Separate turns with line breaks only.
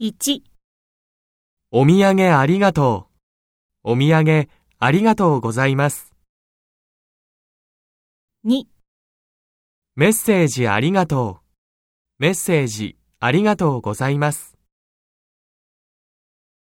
1、
お土産ありがとう。お土産ありがとうございます。
2、
メッセージありがとう。メッセージありがとうございます。